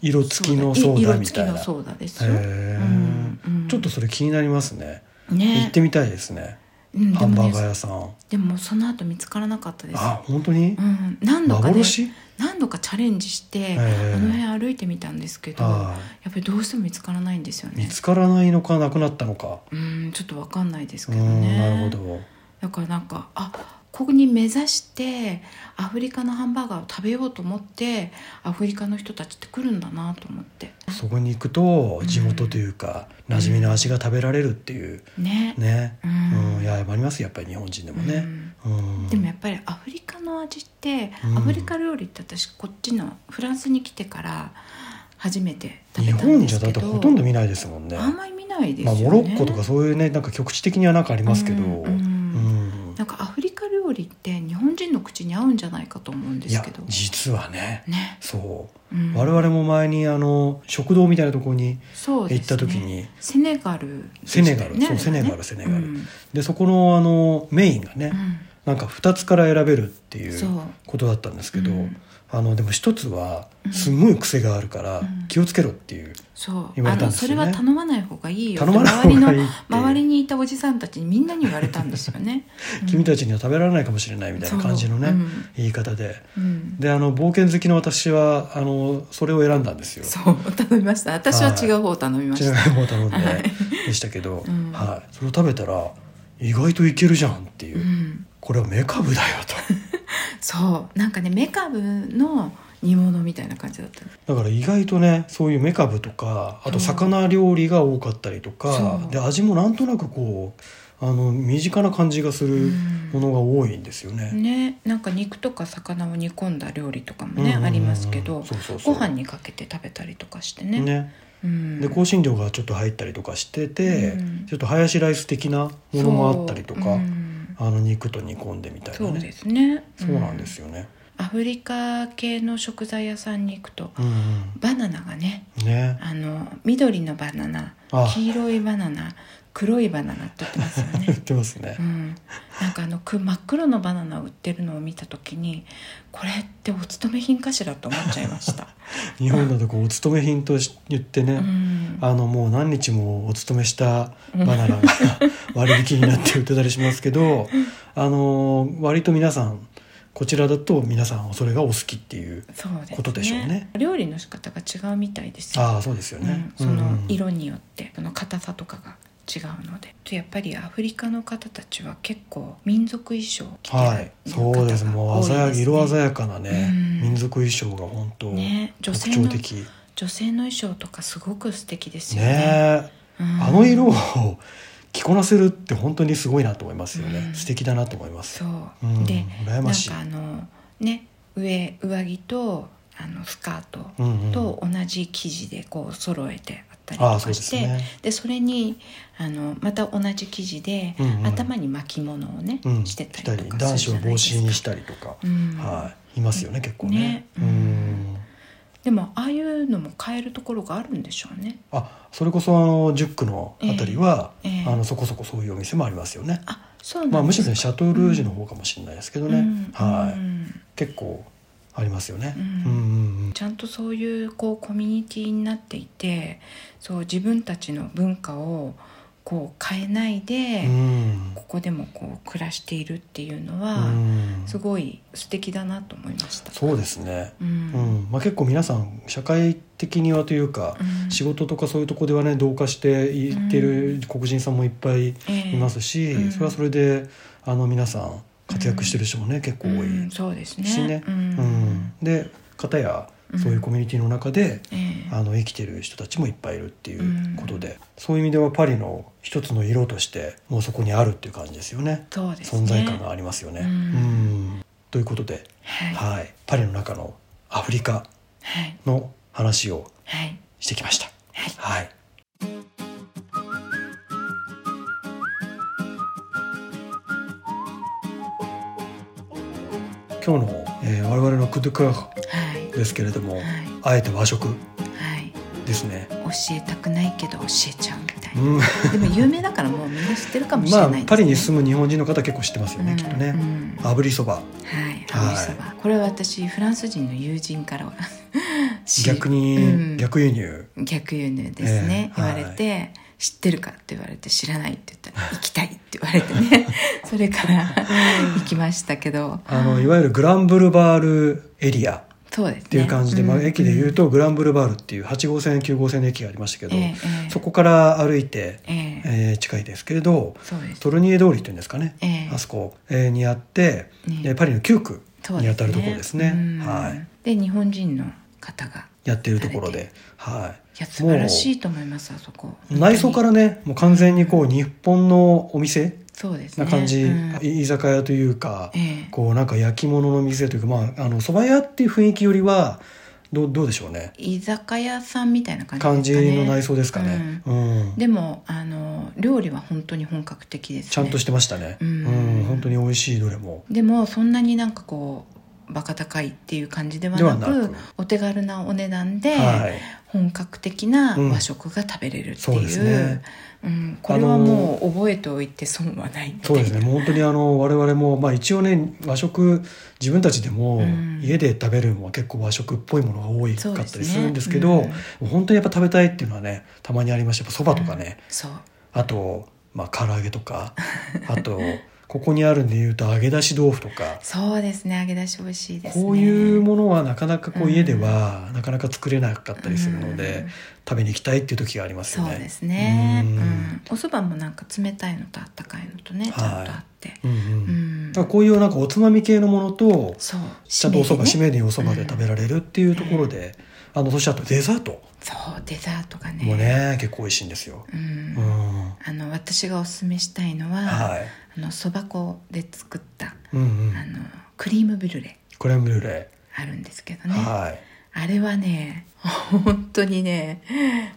Speaker 2: 色付きのソーダみ
Speaker 1: 色付
Speaker 2: たい
Speaker 1: きの
Speaker 2: な
Speaker 1: ソーダですよ、
Speaker 2: へ
Speaker 1: うんうん
Speaker 2: ーちょっとそれ気になりますね行
Speaker 1: ね
Speaker 2: ってみたいですね
Speaker 1: うんで
Speaker 2: ハ
Speaker 1: も
Speaker 2: ンバ
Speaker 1: ね
Speaker 2: ーガー屋さん
Speaker 1: でもその後見つからなかったです
Speaker 2: あ本当に
Speaker 1: うん、何度かね
Speaker 2: 幻
Speaker 1: 何度かチャレンジして、
Speaker 2: え
Speaker 1: あの辺歩いてみたんですけど、や
Speaker 2: は
Speaker 1: っぱりどうしても見つからないんですよ
Speaker 2: い見
Speaker 1: ね。
Speaker 2: つからないのかなくなったのか
Speaker 1: うん、ちょっとわかんないです
Speaker 2: う
Speaker 1: けどね。
Speaker 2: んなるほ
Speaker 1: だからなんかあここに目指してアフリカのハンバーガーを食べようと思ってアフリカの人たちって来るんだなと思って
Speaker 2: どそこに行くと地元というか馴染みの味が食べられるっていう
Speaker 1: ね
Speaker 2: ね
Speaker 1: うん
Speaker 2: うんいややっぱありますやっぱり日本人でも
Speaker 1: う
Speaker 2: ね
Speaker 1: ん
Speaker 2: うん
Speaker 1: でもやっぱりアフリカの味って、
Speaker 2: うん
Speaker 1: アフリカ料理って私こっちのフランスに来てから初めて食
Speaker 2: 日
Speaker 1: べたん
Speaker 2: 本
Speaker 1: で
Speaker 2: じゃ
Speaker 1: す
Speaker 2: だっ
Speaker 1: け
Speaker 2: て
Speaker 1: ど
Speaker 2: ほとんど見ないですもんね
Speaker 1: あんまり見ないです
Speaker 2: ま
Speaker 1: よ
Speaker 2: あ、
Speaker 1: ね、
Speaker 2: モロッコとかそういうねなんか局地的にはなんかありますけど、
Speaker 1: うんうん
Speaker 2: うん
Speaker 1: なんかアフリカ料理って日本人の口に合うんじゃないかと思うんで
Speaker 2: い
Speaker 1: す
Speaker 2: や
Speaker 1: けど
Speaker 2: 実はね
Speaker 1: ね、
Speaker 2: そう、
Speaker 1: うん
Speaker 2: 我々も前にあの食堂みたいなところに
Speaker 1: そうで
Speaker 2: 行っ
Speaker 1: すね
Speaker 2: た時に
Speaker 1: セネガルで
Speaker 2: セ
Speaker 1: した
Speaker 2: ネ
Speaker 1: よ
Speaker 2: ガル、
Speaker 1: ね
Speaker 2: そうセネガ
Speaker 1: あれはね
Speaker 2: ルセネガル、
Speaker 1: うん
Speaker 2: でそこのあのメインがね、なんか2つから選べるって
Speaker 1: うん
Speaker 2: い
Speaker 1: そう
Speaker 2: うことだったんですけど、
Speaker 1: うん
Speaker 2: あのでも1つはすごい癖があるから
Speaker 1: うん
Speaker 2: 気をつけろっていう、
Speaker 1: そう、
Speaker 2: 言わ
Speaker 1: あ
Speaker 2: れたん
Speaker 1: の
Speaker 2: です
Speaker 1: そ
Speaker 2: よ
Speaker 1: れ
Speaker 2: ね
Speaker 1: は頼まない方がいいよ
Speaker 2: 頼まない方がい
Speaker 1: 周り
Speaker 2: いって
Speaker 1: の周りにいたおじさんたちにみんなに言われたんですよね
Speaker 2: 君た
Speaker 1: ち
Speaker 2: ちには食べられないかもしれないみたいな感じのね、
Speaker 1: うん
Speaker 2: 言い方で
Speaker 1: うん
Speaker 2: であの冒険好きの私はあのそれを選んだんですよ。
Speaker 1: そう頼みました私は違う方を頼みま
Speaker 2: ち
Speaker 1: し
Speaker 2: な
Speaker 1: た、
Speaker 2: みにもう頼んで
Speaker 1: はい
Speaker 2: でしたけど、
Speaker 1: うん
Speaker 2: はい、それを食べたら意外といけるじゃんっていうう、
Speaker 1: ん、
Speaker 2: これはメカブだよ
Speaker 1: そうなんかねメカブの煮物みたいな感じだった
Speaker 2: と だから意外とねそういうメカブとかあと魚料理が多かったりとか
Speaker 1: そう
Speaker 2: で味もなんとなくこうあの身近な感じがするものが多いんですよね。
Speaker 1: ね、なんか肉とか魚を煮込んだ料理とかもね、
Speaker 2: うんうんうん
Speaker 1: ありますけど
Speaker 2: そうそうそう
Speaker 1: ご飯にかけて食べたりとかしてね
Speaker 2: ね
Speaker 1: うん、
Speaker 2: で香辛料がちょっと入ったりとかしてて、
Speaker 1: うん
Speaker 2: ちょっとハヤシライス的なものもあったりと
Speaker 1: そう,
Speaker 2: か
Speaker 1: う、ん、
Speaker 2: あの肉と煮込んでみたい
Speaker 1: そ
Speaker 2: な
Speaker 1: う
Speaker 2: ね
Speaker 1: ですね
Speaker 2: そうなんですよね。
Speaker 1: アフリカ系の食材屋さんに行くと
Speaker 2: うん
Speaker 1: バナナがね
Speaker 2: うんね
Speaker 1: あの緑のバナナ
Speaker 2: あ
Speaker 1: 黄色いバナナ黒いバナナって言ってますよ
Speaker 2: 言
Speaker 1: ね、
Speaker 2: ってますね
Speaker 1: う。ん、なんかあのく真っ黒のバナナを売ってるのを見た時にこれってお勤め品かしらと思っちゃいました、
Speaker 2: 日本だとこうお勤め品とし言ってね、
Speaker 1: うん、
Speaker 2: あのもう何日もお勤めしたバナナが 割引になって売ってたりしますけどあの割と皆さんこちらだと皆さんそれがお好きっていう
Speaker 1: そうですね
Speaker 2: ことでしょうね
Speaker 1: 料理の仕方が違うみたいですよ、
Speaker 2: ああそうですよね、
Speaker 1: うん、そ
Speaker 2: うん
Speaker 1: の色によってその硬さとかが違うのでやっぱりアフリカの方たちは結構民族衣装を着てる
Speaker 2: はい
Speaker 1: 方
Speaker 2: そうです
Speaker 1: が
Speaker 2: もう
Speaker 1: 多い
Speaker 2: 鮮や
Speaker 1: ですね
Speaker 2: 色鮮やかなね、
Speaker 1: うん
Speaker 2: 民族衣装が本当、
Speaker 1: ね女
Speaker 2: 特
Speaker 1: 性の
Speaker 2: 徴的ね
Speaker 1: 女性の衣装とかすごく素敵ですよね
Speaker 2: え
Speaker 1: うん
Speaker 2: あの色を着こなせるって本当にすごいなと思いますよね、
Speaker 1: うん
Speaker 2: 素敵だなと思います
Speaker 1: そう、
Speaker 2: うん
Speaker 1: で
Speaker 2: 羨ましい
Speaker 1: なんかあのね上上着とあのスカート
Speaker 2: うんうん
Speaker 1: と同じ生地でこう揃えてあったりと
Speaker 2: ああ
Speaker 1: か
Speaker 2: そうで
Speaker 1: し
Speaker 2: す
Speaker 1: て、
Speaker 2: ね
Speaker 1: でそれにあのまた同じ生地で、
Speaker 2: うんうん
Speaker 1: 頭に巻物をね、
Speaker 2: うん
Speaker 1: してた
Speaker 2: 着
Speaker 1: りとか
Speaker 2: 男
Speaker 1: す
Speaker 2: 子
Speaker 1: るじゃ
Speaker 2: を
Speaker 1: ない
Speaker 2: 帽
Speaker 1: で
Speaker 2: 子
Speaker 1: すか
Speaker 2: にしたりとか、
Speaker 1: うん
Speaker 2: はいいますよね結構ね
Speaker 1: ね
Speaker 2: うん
Speaker 1: うんでもああいうのも買えるところがあるんでしょうね
Speaker 2: あそれこそあの10区のあたりは、
Speaker 1: ええええ
Speaker 2: あのそこそこそういうお店もありますよね、
Speaker 1: あそう
Speaker 2: ま
Speaker 1: な
Speaker 2: あ、
Speaker 1: んで
Speaker 2: むし
Speaker 1: す
Speaker 2: ろね
Speaker 1: か
Speaker 2: シャトルージュの方かもしれないですけどね、
Speaker 1: うん
Speaker 2: はい、
Speaker 1: うん
Speaker 2: 結構ありますよね、
Speaker 1: うん
Speaker 2: うんうんうん
Speaker 1: ちゃんとそういうこうコミュニティになっていてそう自分たちの文化をこう変えないで、
Speaker 2: うん
Speaker 1: ここでもこう暮らしているっていうの
Speaker 2: う
Speaker 1: は、
Speaker 2: ん
Speaker 1: すごい素敵だなと思いました。
Speaker 2: そうですね、
Speaker 1: う
Speaker 2: うんんまあ、結構皆さん社会的にはというか、
Speaker 1: うん
Speaker 2: 仕事とかそういうとこではね同化していってる黒人さんもいっぱいい
Speaker 1: ええ
Speaker 2: ますし、
Speaker 1: うん
Speaker 2: それはそれであの皆さん活躍してる人もね、結構多い、
Speaker 1: うんそうですね
Speaker 2: しね
Speaker 1: うん
Speaker 2: うん、で片やそういうコミュニティの中で、
Speaker 1: ええ
Speaker 2: あの生きてる人たちもいっぱいいるっていうことで、そういう意味ではパリの一つの色としてもうそこにあるっていう感じですよね
Speaker 1: そうですね
Speaker 2: 存在感がありますよね。
Speaker 1: うん
Speaker 2: うんということで、
Speaker 1: はいは
Speaker 2: はい、パリの中のアフリカ
Speaker 1: い
Speaker 2: の話を
Speaker 1: はい
Speaker 2: してきました。
Speaker 1: はい
Speaker 2: はい今日の、えー我々のクドゥクア
Speaker 1: はい
Speaker 2: ですけれども、
Speaker 1: はい
Speaker 2: あえて和食
Speaker 1: はい
Speaker 2: ですね。
Speaker 1: 教えたくないけど教えちゃうみたいな
Speaker 2: うん
Speaker 1: でも有名だからもうみんな知ってるかもしれ な
Speaker 2: ま
Speaker 1: い
Speaker 2: あ
Speaker 1: です、ね
Speaker 2: パリに住む日本人の方結構知ってますよね、
Speaker 1: うん
Speaker 2: きっとね、
Speaker 1: うん
Speaker 2: 炙りそば
Speaker 1: はい、
Speaker 2: はい
Speaker 1: 青いそばこれは私フランス人の友人から 知る
Speaker 2: 逆に、
Speaker 1: うん
Speaker 2: 逆輸入
Speaker 1: 逆輸入ですね、
Speaker 2: ええはい
Speaker 1: 言われて「知ってるか?」って言われて「知らない」って言った ら「行きたい」って言われてねそれから行きましたけど
Speaker 2: あのいわゆるグランブルバールエリアっ
Speaker 1: そうですねって
Speaker 2: いう感じで、まあ、駅でいううとグランブルバールっていう8号線9号線の駅がありましたけ
Speaker 1: け
Speaker 2: ど、
Speaker 1: ええ
Speaker 2: そこから歩いて、
Speaker 1: ええ
Speaker 2: えー近いですけれど
Speaker 1: そうです
Speaker 2: トルニエ通りっていうんですかね、
Speaker 1: ええ
Speaker 2: あそこ、えーにあって、
Speaker 1: ね
Speaker 2: えーパリの9区
Speaker 1: そう
Speaker 2: にあたるところですね
Speaker 1: うん
Speaker 2: はい、
Speaker 1: で日本人の方が
Speaker 2: やってるところ
Speaker 1: 食
Speaker 2: で、はい
Speaker 1: や素晴らしいと思いますあそこ
Speaker 2: い、内装からねもう完全にこう日本のお店
Speaker 1: そうですね
Speaker 2: な感じ、
Speaker 1: うん
Speaker 2: い居酒屋というか、
Speaker 1: ええ
Speaker 2: こうなんか焼き物の店というかまああの蕎麦屋っていう雰囲気よりはどうどうでしょうね
Speaker 1: 居酒屋さんみたいな感じで
Speaker 2: 感
Speaker 1: すか
Speaker 2: じ
Speaker 1: ね
Speaker 2: の内装ですかね、うん
Speaker 1: でもあの料理は本当に本格的ですね
Speaker 2: ちゃんとしてましたね、う
Speaker 1: うんん
Speaker 2: 本当に美味しいどれも
Speaker 1: でもそんなになんかこうバカ高いっていう感じでは
Speaker 2: では
Speaker 1: なく
Speaker 2: なく
Speaker 1: お手軽なお値段で、
Speaker 2: はい
Speaker 1: 本格的な
Speaker 2: うん
Speaker 1: 和食が食べれるって
Speaker 2: そうで
Speaker 1: い
Speaker 2: す
Speaker 1: う,、
Speaker 2: ね
Speaker 1: うんこれはもう覚えておいて損はないみたい
Speaker 2: そう
Speaker 1: な
Speaker 2: ですねもう本当にあの我々も、まあ、一応ね和食自分たちでも
Speaker 1: うん
Speaker 2: 家で食べるのは結構和食っぽいものが多いかったりするんです
Speaker 1: そ
Speaker 2: け
Speaker 1: う
Speaker 2: ど
Speaker 1: ですね
Speaker 2: 本当にやっぱ食べたいっていうのはねたまにありましたやっぱそばとかね、
Speaker 1: そう
Speaker 2: あと、まあ、唐揚げとか、あと、ここにあるんで言うと揚げ出し豆腐とか、
Speaker 1: そうですね揚げ出し美味しいですね
Speaker 2: こういうものはなかなかこう
Speaker 1: うん
Speaker 2: 家ではなかなか作れなかったりするので、
Speaker 1: うん
Speaker 2: 食べに行きたいっていう時がありますよ
Speaker 1: そう
Speaker 2: ね。
Speaker 1: ですね
Speaker 2: う
Speaker 1: うんん、お蕎麦もなんか冷たいのとあったかいのとね、
Speaker 2: はい
Speaker 1: ちゃんとあって、
Speaker 2: うん
Speaker 1: う
Speaker 2: うん。
Speaker 1: ん
Speaker 2: だからこういうなんかおつまみ系のものと、
Speaker 1: そう
Speaker 2: ちゃんとお蕎麦、締
Speaker 1: 締めでね
Speaker 2: めにお蕎麦で食べられるっていうところで、あの、そしてあとデザート
Speaker 1: そうデザートがね
Speaker 2: もね、結構美味しいんですよ。
Speaker 1: う
Speaker 2: うん
Speaker 1: ん。あの私がおすすめしたいのは、
Speaker 2: はい。
Speaker 1: あのそば粉で作った
Speaker 2: うんうん
Speaker 1: あ。のクリームブリュレ
Speaker 2: クレームブリュレ。
Speaker 1: あるんですけどね、
Speaker 2: はい。
Speaker 1: あれはね本当にね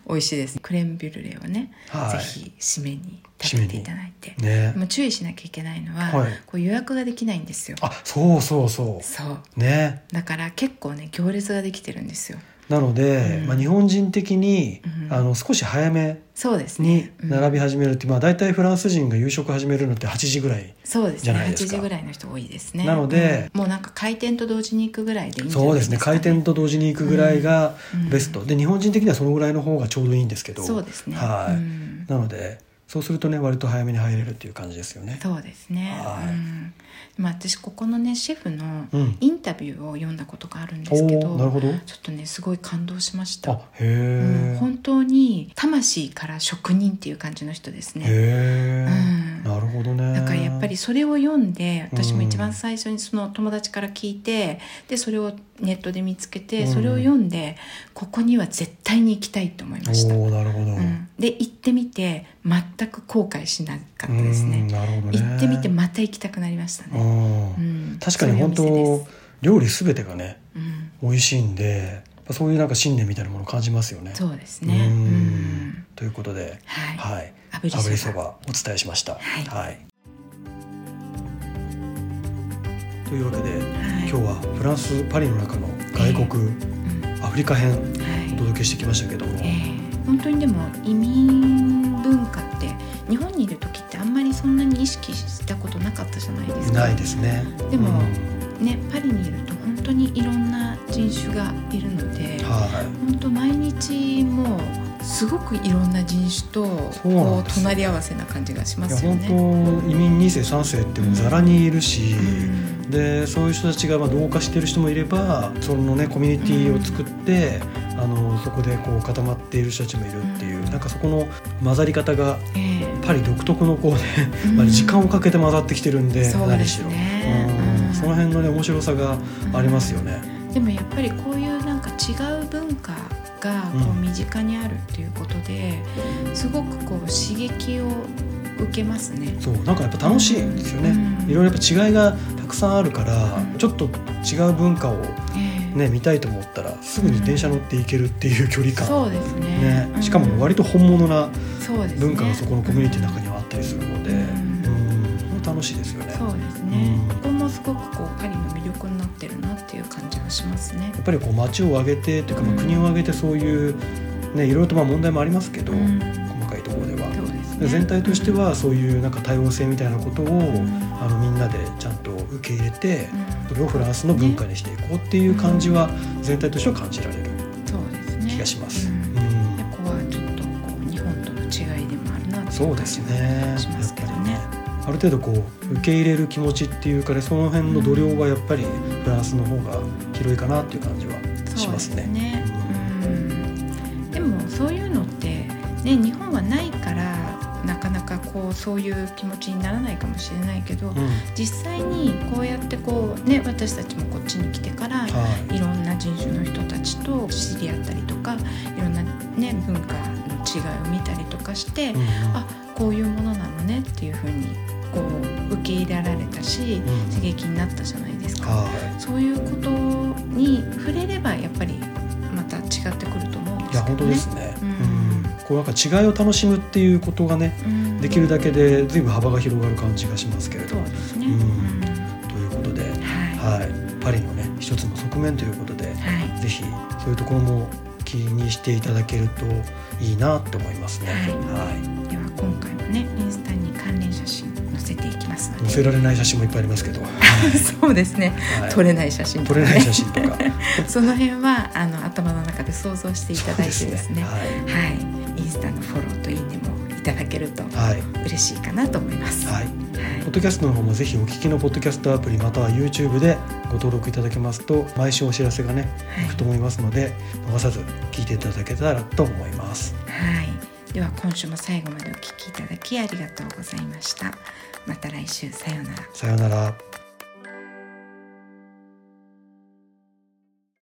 Speaker 1: 美味しいですクレームブリュレをね、
Speaker 2: はい
Speaker 1: ぜひ締めに食べていただいて、
Speaker 2: ね
Speaker 1: で。も注意しなきゃいけないのは、
Speaker 2: はい
Speaker 1: こう予約ができないんですよ
Speaker 2: あ、そうそうそ
Speaker 1: そう
Speaker 2: う。ね。
Speaker 1: だから結構ね行列ができてるんですよ
Speaker 2: なので、
Speaker 1: うん
Speaker 2: まあ、日本人的に、
Speaker 1: うん
Speaker 2: あの少し早め
Speaker 1: そうです
Speaker 2: に
Speaker 1: ね
Speaker 2: 並び
Speaker 1: うん
Speaker 2: 始めるって、まあ、大体フランス人が夕食始めるのって8時ぐらい
Speaker 1: そうです
Speaker 2: じゃ
Speaker 1: ね
Speaker 2: ない
Speaker 1: 8
Speaker 2: ですか
Speaker 1: 時ぐらいの人多いですね
Speaker 2: なので
Speaker 1: うんもうなんか開店と同時に行くぐらいでいいんじゃな
Speaker 2: そ
Speaker 1: いうで
Speaker 2: ですすね
Speaker 1: か、ね、
Speaker 2: 開店と同時に行くぐらいが
Speaker 1: うん
Speaker 2: ベスト、で日本人的にはそのぐらいの方がちょうどいいんですけど
Speaker 1: そうですね
Speaker 2: はい
Speaker 1: うん
Speaker 2: なのでそうするとね割と早めに入れるっていう感じですよね
Speaker 1: そうですね、
Speaker 2: はい
Speaker 1: うん、まあ私ここのねシェフの
Speaker 2: うん
Speaker 1: インタビューを読んだことがあるんで
Speaker 2: お
Speaker 1: すけど,、
Speaker 2: おなるほど
Speaker 1: ちょっとねすごい感動しました、
Speaker 2: あへ
Speaker 1: うん、
Speaker 2: え、
Speaker 1: 本当に魂から職人っていう感じの人ですね、
Speaker 2: へえ、
Speaker 1: うん
Speaker 2: なるほほどね
Speaker 1: だからやっぱりそれを読んで
Speaker 2: うん
Speaker 1: 私も一番最初にその友達から聞いてでそれをネットで見つけて
Speaker 2: うん
Speaker 1: それを読んでここには絶対に行きたいと思いました、う
Speaker 2: おーなるほど、
Speaker 1: ん、で行ってみて全く後悔しなかった
Speaker 2: うん
Speaker 1: ですね
Speaker 2: なるほどね
Speaker 1: 行ってみてまた行きたくなりました
Speaker 2: う
Speaker 1: ね、
Speaker 2: ん
Speaker 1: うん、
Speaker 2: 確かに本
Speaker 1: そういうお店で
Speaker 2: 当
Speaker 1: す
Speaker 2: 料理すべてがね
Speaker 1: うん、
Speaker 2: 美味しいんでやっぱそういうなんか信念みたいなものを感じますよね。
Speaker 1: そうですね
Speaker 2: う
Speaker 1: うんん
Speaker 2: ということで、
Speaker 1: はい、
Speaker 2: はい、
Speaker 1: 炙りそば
Speaker 2: 炙りそばお伝えしました。
Speaker 1: はい
Speaker 2: というわけで
Speaker 1: はい
Speaker 2: 今日はフランス・パリの中の外国
Speaker 1: うんは
Speaker 2: アフリカ編
Speaker 1: い
Speaker 2: お届けしてきましたけども、
Speaker 1: えー本当にでも移民文化って日本にいる時ってあんまりそんなに意識したことなかったじゃないですか
Speaker 2: ないですね。
Speaker 1: でも
Speaker 2: うん
Speaker 1: ね、パリにいると本当にいろんな人種がいるので
Speaker 2: は
Speaker 1: 本当毎日もうすごくいろんな人種と
Speaker 2: そうなん
Speaker 1: こ
Speaker 2: で
Speaker 1: う
Speaker 2: すよ
Speaker 1: 隣り合わせな感じがし
Speaker 2: い。
Speaker 1: ま
Speaker 2: いや
Speaker 1: すよね。
Speaker 2: 本当移民2世3世ってもうざらにいるし。
Speaker 1: うん
Speaker 2: でそういう人たちがまあ同化している人もいればそのねコミュニティを作って、あのそこでこう固まっている人たちもいるっていう、なんかそこの混ざり方が
Speaker 1: ええ
Speaker 2: パリ独特のこうね、
Speaker 1: うん
Speaker 2: まあ時間をかけて混ざってきてるんで、
Speaker 1: そう
Speaker 2: 何
Speaker 1: で
Speaker 2: し
Speaker 1: す
Speaker 2: ろ、
Speaker 1: ね
Speaker 2: うん
Speaker 1: うん
Speaker 2: その辺のね面白さがありますよね。
Speaker 1: でもやっぱりこういうなんか違う文化がこう
Speaker 2: うん
Speaker 1: 身近にあるっていうことで、すごくこう刺激を受けますね。
Speaker 2: そうなんかやっぱ楽しいんですよね。
Speaker 1: うん
Speaker 2: いろいろやっぱ違いがたくさんあるから、
Speaker 1: うん
Speaker 2: ちょっと違う文化を
Speaker 1: ええ
Speaker 2: ね見たいと思ったらすぐに電車乗って行けるっていう距離感。
Speaker 1: そうですね
Speaker 2: ね、しかも割と本物な
Speaker 1: そうですね
Speaker 2: 文化がそこのコミュニティの中にはあったりするので、うん、楽しいですよね。
Speaker 1: そうですね
Speaker 2: う
Speaker 1: こ
Speaker 2: ん。
Speaker 1: こもすごくこうパリの魅力になってるなっていう感じはしますね。
Speaker 2: やっぱりこう街を挙げてというか、まあ
Speaker 1: うん
Speaker 2: 国を挙げてそういうねいろいろとまあ問題もありますけど、
Speaker 1: うん
Speaker 2: 細かいところでは、
Speaker 1: そうですね。
Speaker 2: 全体として
Speaker 1: うん、
Speaker 2: はそういうなんか多様性みたいなことを、
Speaker 1: ん
Speaker 2: あのみんなでちゃんと受け入れて、それをフランスの文化にしていこうっていう感じは全体としては感じられる
Speaker 1: そうですね。
Speaker 2: 気がします。
Speaker 1: うん
Speaker 2: うん
Speaker 1: ここはちょっとこう日本との違いでもあるなってい
Speaker 2: そううで
Speaker 1: 感
Speaker 2: す
Speaker 1: じが
Speaker 2: ね。
Speaker 1: しますけどね
Speaker 2: やっぱりねある程度こう受け入れる気持ちっていうかね、その辺の度量はやっぱりフランスの方が広いかなっていう感じはし
Speaker 1: そう
Speaker 2: ま
Speaker 1: ですす
Speaker 2: ね。
Speaker 1: ね。うんでもそういうのってね日本はないからなかなかこうそういう気持ちにならないかもしれないけど、
Speaker 2: うん
Speaker 1: 実際にこうやってこうね私たちもこっちに来てから。
Speaker 2: はい
Speaker 1: ろんな人種の人たちと知り合ったりとかいろんな、ね、文化の違いを見たりとかして、
Speaker 2: い。うん
Speaker 1: あこういうものなのねっていうふうにこう受け入れられたし
Speaker 2: うん
Speaker 1: 刺激になったじゃないですか。
Speaker 2: は
Speaker 1: そういうことに触れればやっぱりまた違ってくると思うん
Speaker 2: い。
Speaker 1: で
Speaker 2: いや
Speaker 1: すけど
Speaker 2: 本当
Speaker 1: ね
Speaker 2: で。すね。う
Speaker 1: うんん。
Speaker 2: こうなんか違いを楽しむっていうことがね
Speaker 1: うん
Speaker 2: できるだけでずいぶん幅が広がる感じがしますけれ
Speaker 1: そ
Speaker 2: ど
Speaker 1: うですね。
Speaker 2: うん
Speaker 1: うん
Speaker 2: ということで、
Speaker 1: は
Speaker 2: はい。パリのね一つの側面ということで
Speaker 1: い。。はい。
Speaker 2: ぜひそういうところも気にしていただけるといいなと思いますね。
Speaker 1: はい
Speaker 2: は
Speaker 1: では今回もねインスタに関連写真載せていきますの
Speaker 2: い。載
Speaker 1: で。
Speaker 2: せられない写真もいっぱいありますけど、は
Speaker 1: そうですね。
Speaker 2: い
Speaker 1: 撮れない写真と
Speaker 2: 撮
Speaker 1: か
Speaker 2: れ
Speaker 1: ね。
Speaker 2: ない写真とか、
Speaker 1: その辺はあの頭の中で想像していただいてですね。
Speaker 2: はい
Speaker 1: はい。インスタのフォローといいねもいただけると
Speaker 2: はい
Speaker 1: 嬉しいかなと思います。
Speaker 2: はい。
Speaker 1: はい
Speaker 2: ポッドキャストの方もぜひお聞きのポッドキャストアプリまたは YouTube でご登録いただけますと毎週お知らせがね
Speaker 1: はい
Speaker 2: いくと思いますので逃さず聞いていただけたらと思います。
Speaker 1: はい、では今週も最後までお聞きいただきありがとうございました。また来週さようなら。
Speaker 2: さようなら。